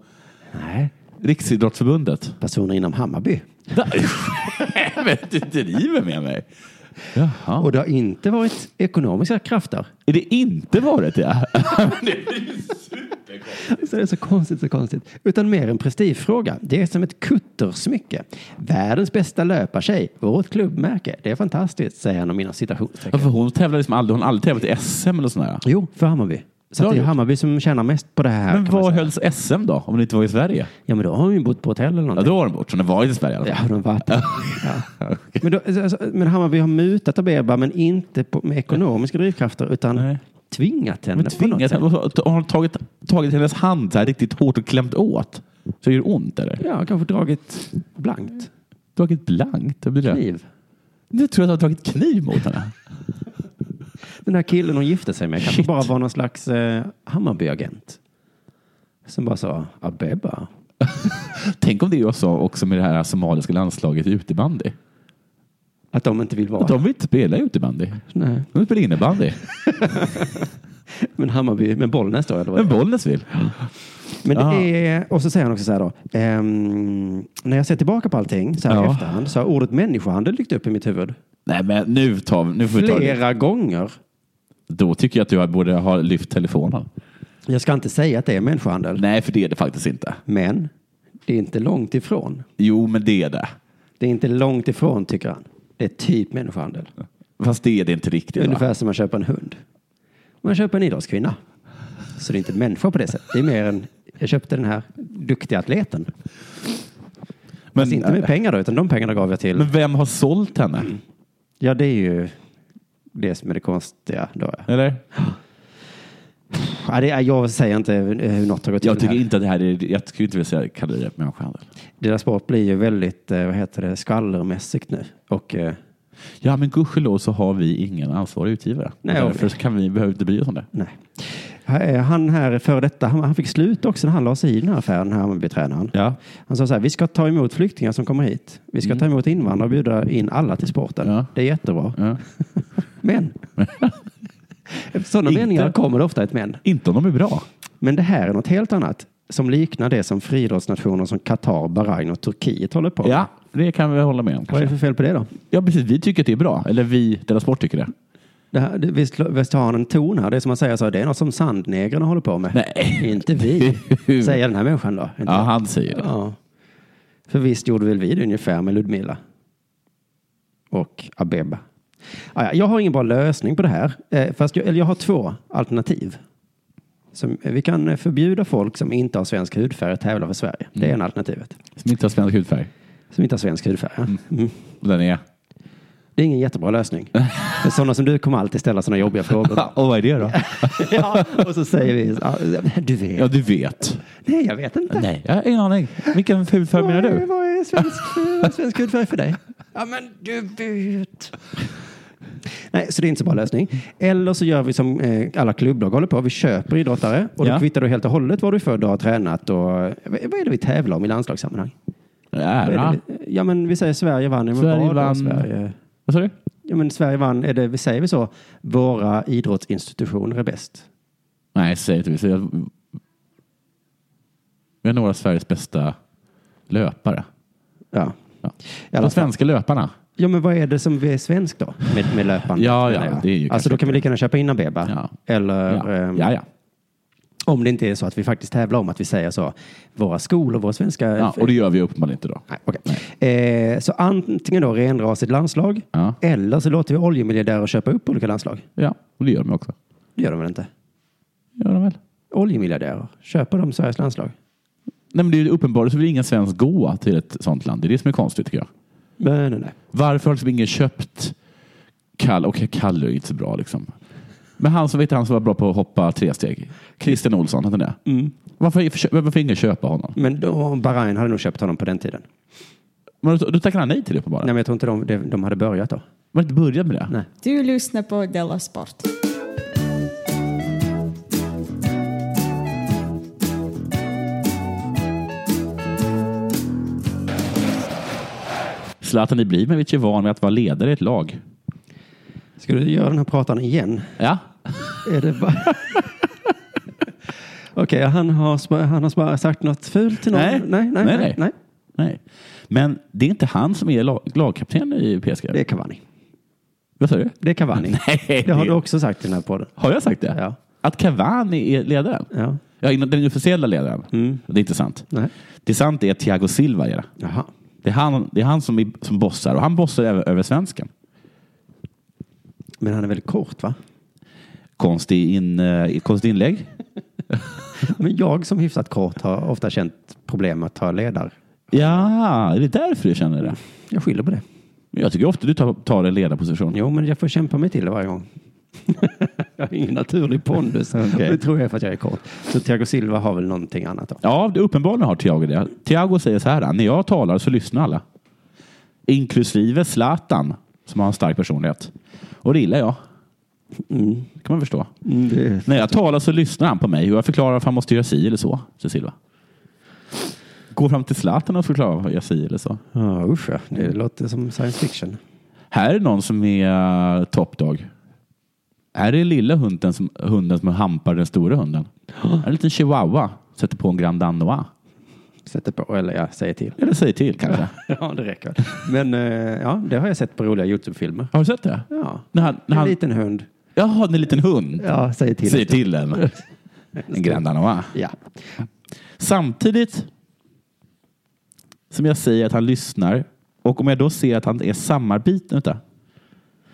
Nej, Riksidrottsförbundet. personer inom Hammarby. Nej, men du driver med mig. Jaha. Och det har inte varit ekonomiska krafter. Är det inte varit det? Så det är så konstigt, så konstigt. Utan mer en prestigefråga. Det är som ett kuttersmycke. Världens bästa löpartjej. Vårt klubbmärke. Det är fantastiskt, säger han om mina citationstecken. Ja, för hon tävlar liksom aldrig, hon har aldrig tävlat i SM eller sådär. Jo, för Hammarby. Så Bra att det är gjort. Hammarby som tjänar mest på det här. Men kan man var säga. hölls SM då? Om det inte var i Sverige? Ja, men då har hon ju bott på hotell Ja, eller någonting. då var den bort. Så den var inte i Sverige i alla Ja, fall. har de varit där. ja. men, då, alltså, men Hammarby har mutat Abeba, men inte på, med ekonomiska drivkrafter, utan Nej. tvingat henne. Men på något tvingat sätt. henne. Har hon tagit, tagit hennes hand så här riktigt hårt och klämt åt? Så det gör ont eller? Ja, kanske dragit blankt. Tagit blankt? Vad blir det? Kniv. Nu tror jag att hon har tagit kniv mot henne. Den här killen hon gifte sig med kanske Shit. bara var någon slags eh, Hammarbyagent. Som bara sa Abeba. Tänk om det är USA också med det här somaliska landslaget i utebandy. Att de inte vill vara... De vill inte spela i utebandy. Nej. De vill spela innebandy. Men Hammarby, men Bollnäs då? Eller vad Men Bollnäs vill. Men Ah. det är, och så säger han också så här då. ehm, när jag ser tillbaka på allting så här i Ja. efterhand så har ordet människohandel dykt upp i mitt huvud. Nej, men nu, tar, vi- nu får vi ta det. Flera gånger. Då tycker jag att du borde ha lyft telefonen. Jag ska inte säga att det är människohandel, Nej, för det är det faktiskt inte. men det är inte långt ifrån. Jo, men det är det. Det är inte långt ifrån tycker han. Det är typ människohandel. Fast det är det inte riktigt. va? Ungefär som man köper en hund. Man köper en idrottskvinna. Så det är inte människa på det sättet. Det är mer en, jag köpte den här duktiga atleten. Men, äh, Fast inte med pengar då, utan de pengarna gav jag till. men vem har sålt henne? Ja, det är ju det som är det konstiga då. ja. Eller? Ja, det är, jag säger inte eh, hur något har gått Jag till. tycker här. inte att det här är... Jag skulle inte vilja kalla det människohandel. Deras sport blir ju väldigt, eh, vad heter det, skvallermässigt nu. Och eh, Ja, men gudskelov så har vi ingen ansvarig utgivare. Nej, och- Därför så kan vi, behöver vi inte bry oss om det. nej. Ha- eh, Han här före detta, han, han fick slut också när han la sig i den här affären, den här Hammarbytränaren. Ja. Mm. Han sa så här, vi ska ta emot flyktingar som kommer hit. Vi ska ta emot invandrare och bjuda in alla till sporten. Ja. Det är jättebra. Ja. Men. Efter sådana Inte. meningar kommer det ofta ett men. Inte om de är bra. Men det här är något helt annat som liknar det som friidrottsnationer som Qatar, Bahrain och Turkiet håller på med. Ja, det kan vi hålla med om. Vad är kanske. det för fel på det då? Ja, precis. Vi tycker att det är bra. Eller vi, Della Sport, tycker det. Det här, det, visst, visst har han en ton här? Det är som man säger så, det är något som sandnegrarna håller på med. Nej. Inte vi, säger den här människan då. Inte Ja, han säger jag. det. ja. För visst gjorde väl vi det ungefär med Ludmilla? Och Abeba. Ah, ja, jag har ingen bra lösning på det här. Eh, fast jag, eller jag har två alternativ. Som, eh, vi kan eh, förbjuda folk som inte har svensk hudfärg att tävla för Sverige. Det är Mm. en alternativet. Som inte har svensk hudfärg. Som inte har svensk hudfärg. ja. Mm. Och Den är... Det är ingen jättebra lösning. För sådana som du kommer alltid ställa sådana jobbiga frågor. och vad är det då? ja, och så säger vi, ja, du vet. Ja, du vet. Nej, jag vet inte. Nej, jag har ingen aning. Vilken hudfärg menar Vad är- du? Vad är svensk, eh, svensk hudfärg för dig? Ja, men du vet. Nej, så det är inte så bra lösning. Eller så gör vi som eh, alla klubblag håller på. Vi köper idrottare och då Ja. kvittar du helt och hållet vad du är född och har tränat. Och, vad vad är det vi tävlar om i landslagssammanhang? Vad är Ära. det vi- Ja, men vi säger Sverige vann. Ja, men Sverige vad då, vann. Sverige? Vad sa du? Ja, men Sverige vann. Är det, säger vi så? Våra idrottsinstitutioner är bäst. Nej, säg inte vi. Säg att- Vi har några av Sveriges bästa löpare. Ja. Ja. I alla De fall. svenska löparna. Ja, men vad är det som är svenskt då? Med, med löpande? Ja, ja, menar jag. det är ju alltså kanske då kan vi lika gärna köpa in Abeba. Ja. Eller Ja, ehm, ja. ja. om det inte är så att vi faktiskt tävlar om att vi säger så. Våra skolor, våra svenska... ja och det gör vi uppenbarligen inte då. Nej, okej. Eh, så antingen då renrasigt landslag. Ja. Eller så låter vi oljemiljardärer köpa upp olika landslag. Ja, och det gör de också. Det gör de väl inte? Gör de väl? Oljemiljardärer, köper de Sveriges landslag? Nej, men det är ju uppenbart så vill ingen svensk gå till ett sånt land. Det är det som är konstigt tycker jag. Nej, nej, nej. Varför har liksom ingen köpt Kalle? Okej, Kalle är ju inte så bra liksom. Men han som, vet du, han som var bra på att hoppa tre steg. Christian Olsson, hette han det? Mm. Varför, varför ingen köpa honom? Men då, Bahrain hade nog köpt honom på den tiden. Men då, då tackade han nej till det på bara. Nej, men jag tror inte de, de, de hade börjat då. Man inte börjat med det? Nej. Du lyssnar på Della Sport. Zlatan Ibrahimovic är van vid att vara ledare i ett lag. Ska du göra den här pratan igen? Ja. Är det bara... Okej, han, har, sp- han har sp- sagt något fult till någon? Nej. nej, nej. Nej, nej, nej. Nej. Men det är inte han som är lag, lagkapten i PSG. Det är Cavani. Vad sa du? Det är Cavani. Nej. Det har du också sagt i den här podden. Har jag sagt det? Ja. Att Cavani är ledaren? Ja. Ja, innan- den officiella ledaren. Det är inte sant. Nej. Det är sant är att Thiago Silva är det. Jaha. Det är han, det är han som, är, som bossar och han bossar över, över svensken. Men han är väldigt kort, va? Konstig, in, eh, konstig inlägg. Men jag som hyfsat kort har ofta känt problem att ta ledar. Ja, är det därför du känner det? Jag skyller på det. Men jag tycker ofta du tar, tar en ledarposition. Jo, men jag får kämpa mig till det varje gång. jag har ingen naturlig pondus. Okej. Det tror jag är för att jag är kort. Så Thiago Silva har väl någonting annat då. Ja, det uppenbarligen har Thiago det. Thiago säger så här, när jag talar så lyssnar alla. Inklusive Zlatan, som har en stark personlighet. Och det gillar jag. Det kan man förstå. Mm, När jag talar så lyssnar han på mig och jag förklarar varför han måste göra si eller så, till Silva. Går fram till Zlatan och förklarar varför han gör si eller så. Ja, usch ja. Det låter som science fiction. Här är någon som är eh, toppdag. Här är lilla hunden som, hunden som hampar den stora hunden. Här är en liten chihuahua. Sätter på en Grand Danois. Sätter på, eller ja, säger till. Eller säger till kanske. Ja, det räcker. Men eh, ja, det har jag sett på roliga YouTube-filmer. Har du sett det? Ja, När han, när en han, liten hund. jaha, en liten hund. Ja, säger till. Säger till en. En Grand Danois. Ja. Samtidigt som jag säger att han lyssnar och om jag då ser att han är samarbeten. Vänta.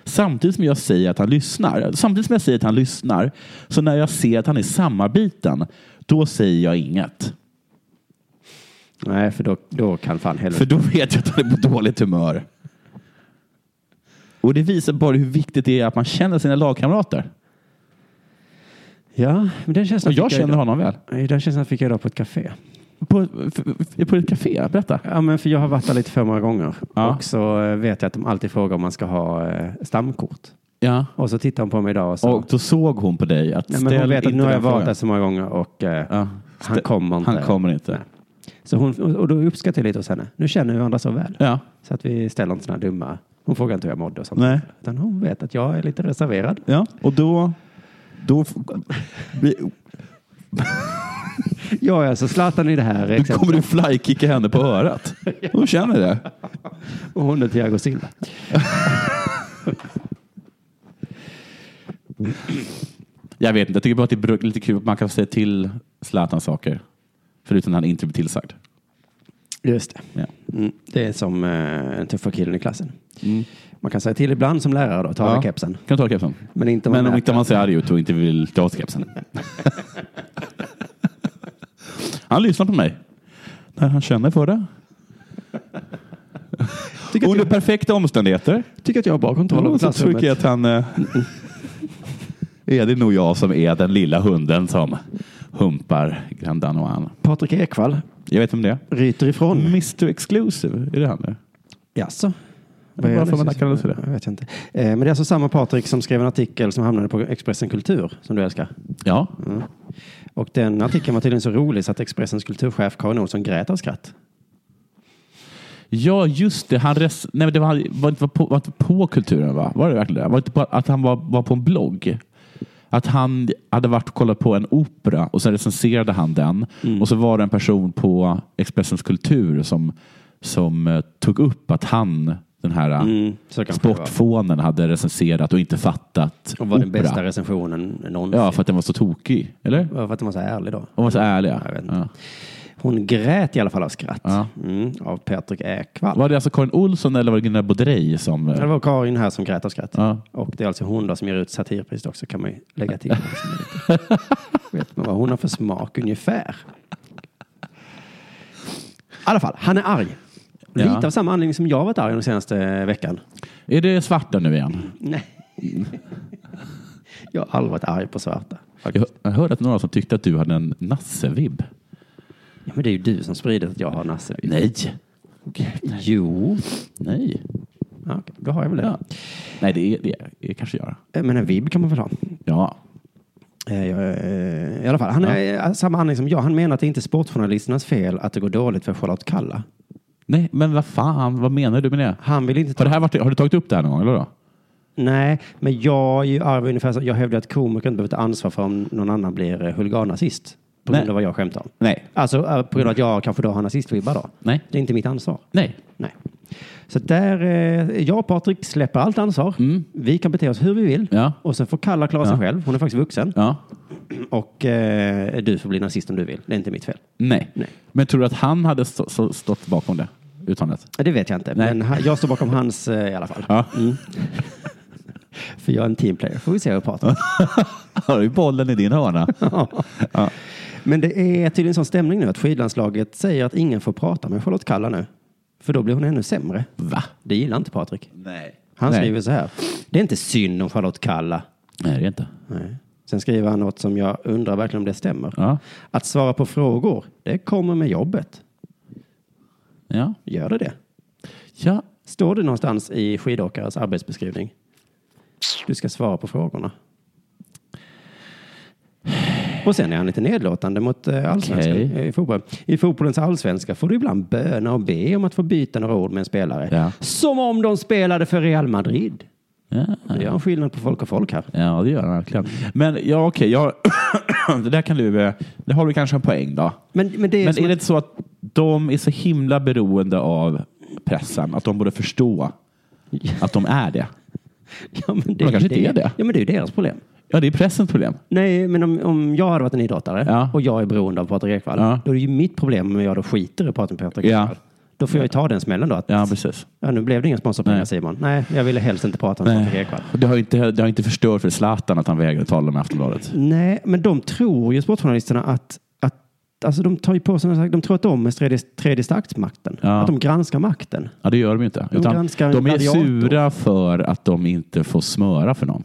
Samtidigt som jag säger att han lyssnar, samtidigt som jag säger att han lyssnar, så när jag ser att han är samarbeten, då säger jag inget. Nej, för då, då kan fan För helvete. då vet jag att han är på dåligt humör. Och det visar bara hur viktigt det är att man känner sina lagkamrater. Ja, men den känslan Och jag fick känner honom väl. Nej, Den känslan fick jag idag på ett café. På, f- på ett café, berätta. Ja, men för jag har varit där lite för många gånger. Ja. Och så eh, vet jag att de alltid frågar om man ska ha eh, stamkort. Ja. Och så tittar hon på mig idag och sa, Och då såg hon på dig att nej, men hon ställ vet att inte nu har jag den varit frågan. där så många gånger och eh, Ja. han kommer inte. Han kommer inte. Så hon, och och då uppskattar jag lite hos henne. Nu känner vi varandra så väl. Ja. Så att vi ställer inte sådana dumma... Hon frågar inte hur jag mådde och sånt. Nej. Utan hon vet att jag är lite reserverad. ja. Och då... då f- bli- Jag är alltså Zlatan i det här då kommer exemplet. du flykicka henne på örat. Hon känner det. Och hon är Thiago Silva. Jag vet inte. Jag tycker bara att det är lite kul att man kan säga till Zlatan saker. Förutom när han inte blir tillsagd. Just det. Ja. Mm. Det är som eh, den tuffa killen i klassen. Mm. Man kan säga till ibland som lärare då, ta av dig kepsen. Kan du ta kepsen? Men inte om Men man om är- inte man ser arg ut och inte vill ta åt sig kepsen. han lyssnar på mig. När han känner för det. Tycker att, Under perfekta omständigheter. jag, tycker att jag har bra kontroll över Och så klassrummet. tycker jag att han... eh, är det nog jag som är den lilla hunden som humpar Grand Danoan. Patrik Ekwall Jag vet om det är. ryter ifrån. Mr Exclusive, är det han nu? Jaså? Vad är det för man kallar det för det? Jag vet inte. Eh, Men det är alltså samma Patrik som skrev en artikel som hamnade på Expressen Kultur, som du älskar. Ja. Och den artikeln var tydligen så rolig så att Expressens kulturchef Karin Olsson grät av skratt. Ja, just det. Han res- Nej, men det var, var, inte på, var inte på kulturen, va? Var det verkligen det? Var det inte på, att han var, var på en blogg? Att han hade varit och kollat på en opera och sen recenserade han den. Mm. Och så var det en person på Expressens kultur som, som eh, tog upp att han, den här eh, Mm, så kanske det var. sportfånen, hade recenserat och inte fattat Och var den opera. bästa recensionen någonsin. Ja, för att den var så tokig. Eller? Ja, För att den var så ärlig då. De var så ärliga. Jag vet inte. Ja. Hon grät i alla fall av skratt. Ja. Mm, av Patrik Ekwall. Var det alltså Karin Olsson eller var det Gunilla Baudrey som... eh, Ja, Det var Karin här som grät av skratt. Ja. Och det är alltså hon då som ger ut satirpriset också kan man ju lägga till. Vet man vad hon har för smak ungefär? alla fall, han är arg. Ja. Lite av samma anledning som jag har varit arg den senaste veckan. Är det svarta nu igen? Nej. jag har aldrig varit arg på svarta. Jag, jag hörde att några som tyckte att du hade en nassevibb. Ja, men det är ju du som sprider att jag har nasse. Nej. Jo. Nej. Ja, okej. då har jag väl det. Ja. Nej, det är, det är, det är kanske jag. Eh, Men en vibb kan man väl ha. Ja. Eh, jag, eh, I alla fall, han är eh, samma anledning som jag. Han menar att det inte är sportjournalisternas fel att det går dåligt för Charlotte Kalla. Nej, men vad fan, vad menar du med det? Han vill inte ta... Har, det här varit, har du tagit upp det här någon gång? Eller då? Nej, men jag är ju arg ungefär så. Jag hävdar att komiker inte behöver ta ansvar för om någon annan blir eh, huligan-nazist. På grund Nej. av vad jag skämtar om. Nej. Alltså eh, på grund av att jag kanske då har nazistvibbar då. Nej. Det är inte mitt ansvar. Nej. Nej. Så där, eh, jag och Patrik släpper allt ansvar. Vi kan bete oss hur vi vill. Mm. Ja. Och sen får Kalla klara sig Ja. själv. Hon är faktiskt vuxen. Ja. Och eh, du får bli nazist om du vill. Det är inte mitt fel. Nej. Nej. Men tror du att han hade stå, så- stått bakom det uttalandet? Det vet jag inte. Nej. Men han- jag står bakom hans eh, i alla fall. Ja. För jag är en teamplayer. Får vi se hur Patrik. Har du bollen i din hörna? Men det är tydligen sån stämning nu att skidlandslaget säger att ingen får prata med Charlotte Kalla nu. För då blir hon ännu sämre. Va? Det gillar inte Patrik. Nej. Han Nej. skriver så här. Det är inte synd om Charlotte Kalla. Nej, det är inte. Nej. Sen skriver han något som jag undrar verkligen om det stämmer. Ja. Att svara på frågor, det kommer med jobbet. Ja. Gör det det? Ja. Står det någonstans i skidåkares arbetsbeskrivning? Du ska svara på frågorna. Och sen är han lite nedlåtande mot eh, allsvenskan Okej. eh, i fotboll. I fotbollens allsvenska får du ibland böna och be om att få byta några ord med en spelare. Ja. Som om de spelade för Real Madrid. ja. Det är en skillnad på folk och folk här. Ja, det gör han verkligen. Men ja, okej, jag, det där kan du, eh, det har du kanske en poäng då. Men, men det är Men som är det att- inte så att de är så himla beroende av pressen, att de borde förstå att de är det? ja, men det, de kanske inte är det. Ja, men det är ju deras problem. Ja, det är pressens problem. Nej, men om, om jag hade varit en idrottare Ja. och jag är beroende av Patrik Ekwall, Ja. då är det ju mitt problem om jag då skiter i Patrik Ekwall. Ja. Då får jag ju ta den smällen då. Att, Ja, precis. Ja, nu blev det inga sponsorpengar Nej. Simon. Nej, jag ville helst inte prata om Patrik Ekwall. Det har, ju inte, det har inte förstört för Zlatan att han vägrade tala med Aftonbladet. Nej, men de tror ju sportjournalisterna att, att alltså de tar ju på sig någon slags- de tror att de är tredje, tredje statsmakten. Ja. Att de granskar makten. Ja, det gör de ju inte. De Utan granskar en de är gladiator. sura för att de inte får smöra för någon.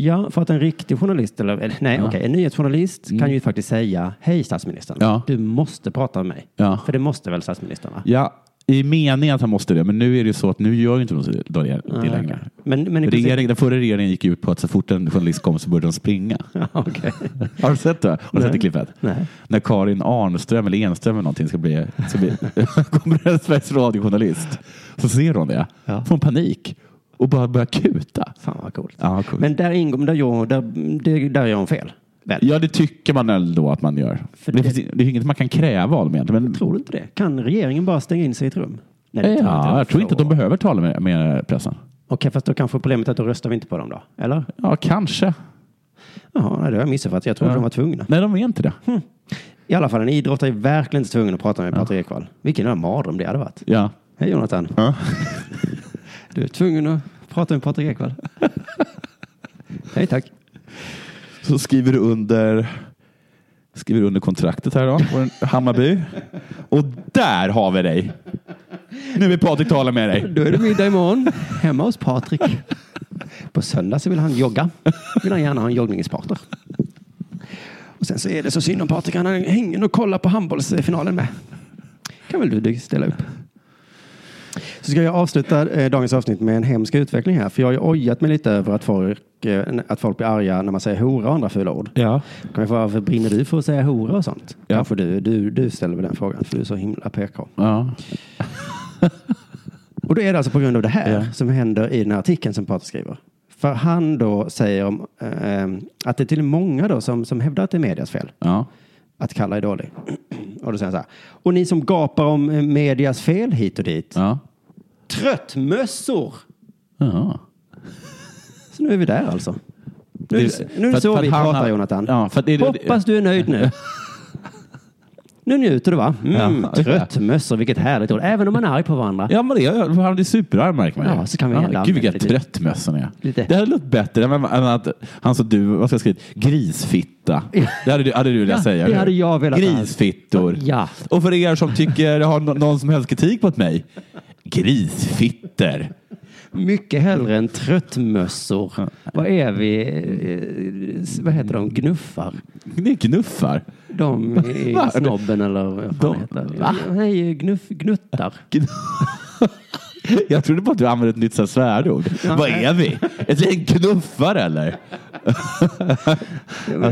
Ja, för att en riktig journalist, eller eller, nej, Ja. Mm. okej, en nyhetsjournalist kan ju faktiskt säga, hej statsministern, Ja. du måste prata med mig. Ja. För det måste väl statsministern? Va? Ja, i meningen att han måste det, men nu är det ju så att nu gör ju inte de så- då det, det längre. Men, men i princip, Regering, den förra regeringen gick ut på att så fort en journalist kom så började de springa. Ja, okej. Har du sett det? Har du sett det klippet? Nej. När Karin Arnström eller Enström eller någonting ska bli, ska bli kommer det en Sveriges Radio-journalist. Så ser hon det. Ja. Får hon panik och bara börjar kuta. Fan vad coolt. Ja, coolt. Men där ingår, men där gör, där, det- där gör hon fel. Väl? ja, det tycker man väl då att man gör. För Det, det- finns, det är inget man kan kräva av dem egentligen. Men, Tror du inte det? Kan regeringen bara stänga in sig i ett rum? Nej, det tror ja, jag tror inte att de Får- behöver tala med, med pressen. Okej, fast då kanske problemet är att då röstar vi inte på dem då? Eller? Ja, kanske. Jaha, nej, det har jag missuppfattat. Jag trodde Ja. de var tvungna. Nej, de är inte det. I alla fall, en idrottare är verkligen inte tvungen att prata med Patrik Ekwall. Vilken jävla mardröm det hade varit. Ja. Hej Jonathan. Ja. Du är tvungen att prata med Patrik Ekwall. Hej tack. Så skriver du under skriver du under kontraktet här då, på en- Hammarby. Och där har vi dig! Nu vill Patrik tala med dig. Då är det middag imorgon hemma hos Patrik. På söndag så vill han jogga. vill han gärna ha en joggningspartner. Och sen så är det så synd om Patrik. Han har ingen att kolla på handbollsfinalen med. Kan väl du ställa upp? Så ska jag avsluta eh, dagens avsnitt med en hemsk utveckling här. För jag har ju ojat mig lite över att folk, eh, att folk blir arga när man säger hora och andra fula ord. Ja. Kan jag få, varför brinner du för att säga hora och sånt? Ja. Kanske du, du, du ställer väl den frågan. För du är så himla PK. ja. Och då är det alltså på grund av det här Ja. som händer i den här artikeln som Patrik skriver. För han då säger om, ehm, att det är till många då som, som hävdar att det är medias fel ja. att Kalla är dålig. och då säger han så här. Och ni som gapar om eh, medias fel hit och dit. ja. Tröttmössor! ja. Så nu är vi där alltså. Nu, är det- nu är för det att- så för att vi han pratar har- Jonathan. Ja, för att det, Hoppas du är nöjd nu. Nu njuter du va? Mm, Ja. Tröttmössor, vilket härligt ord. Även om man är arg på varandra. Ja, men det är, han blir superarg märker man ju. Ja, så kan vi hela Gud vilka använda lite. tröttmössen är. Lite. Det hade låtit bättre än, än att han sa du, vad ska jag skriva, grisfitta. Det hade du, hade du velat Ja, säga. det eller? hade jag velat säga. Grisfittor. Ja. Och för er som tycker, har nå- någon som helst kritik mot mig, grisfitter. Mycket hellre än tröttmössor. Vad är vi? eh, s- Vad heter de? Gnuffar? Ni knuffar. De Va? i snobben eller vad fan De- heter. Va? Nej, gnuff, gnuttar. Jag trodde bara att du använde ett nytt så här svärord. Vad är vi? Ett gäng knuffar eller? Alltså,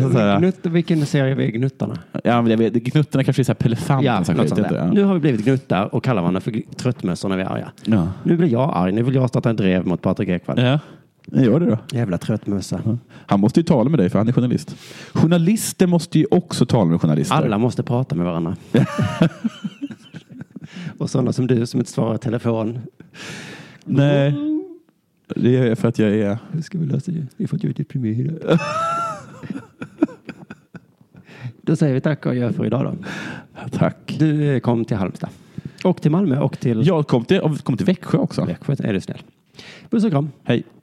så här- Gnutt, vilken serie är vi? Gnuttarna? Ja, men jag vet, gnuttarna kanske är så här pelefanter. Ja, så här något skit, sånt inte? där. Ja. Nu har vi blivit gnuttar och kallar varandra för gl- tröttmössor när vi är arga. Ja. Nu blir jag arg. Nu vill jag starta en drev mot Patrik Ekwall. Ja. Gör det då. Jävla tröttmössa. Han måste ju tala med dig för han är journalist. Journalister måste ju också tala med journalister. Alla måste prata med varandra. och sådana som du som inte svarar i telefon. Nej. Det är för att jag är... Hur ska vi lösa det? Vi får inte ut ett premiär. Då säger vi tack och gör för idag då. Tack. Du eh, kom till Halmstad. Och till Malmö och till Jag kom till, kom till Växjö också. Växjö är du snäll. Puss och kram. Hej.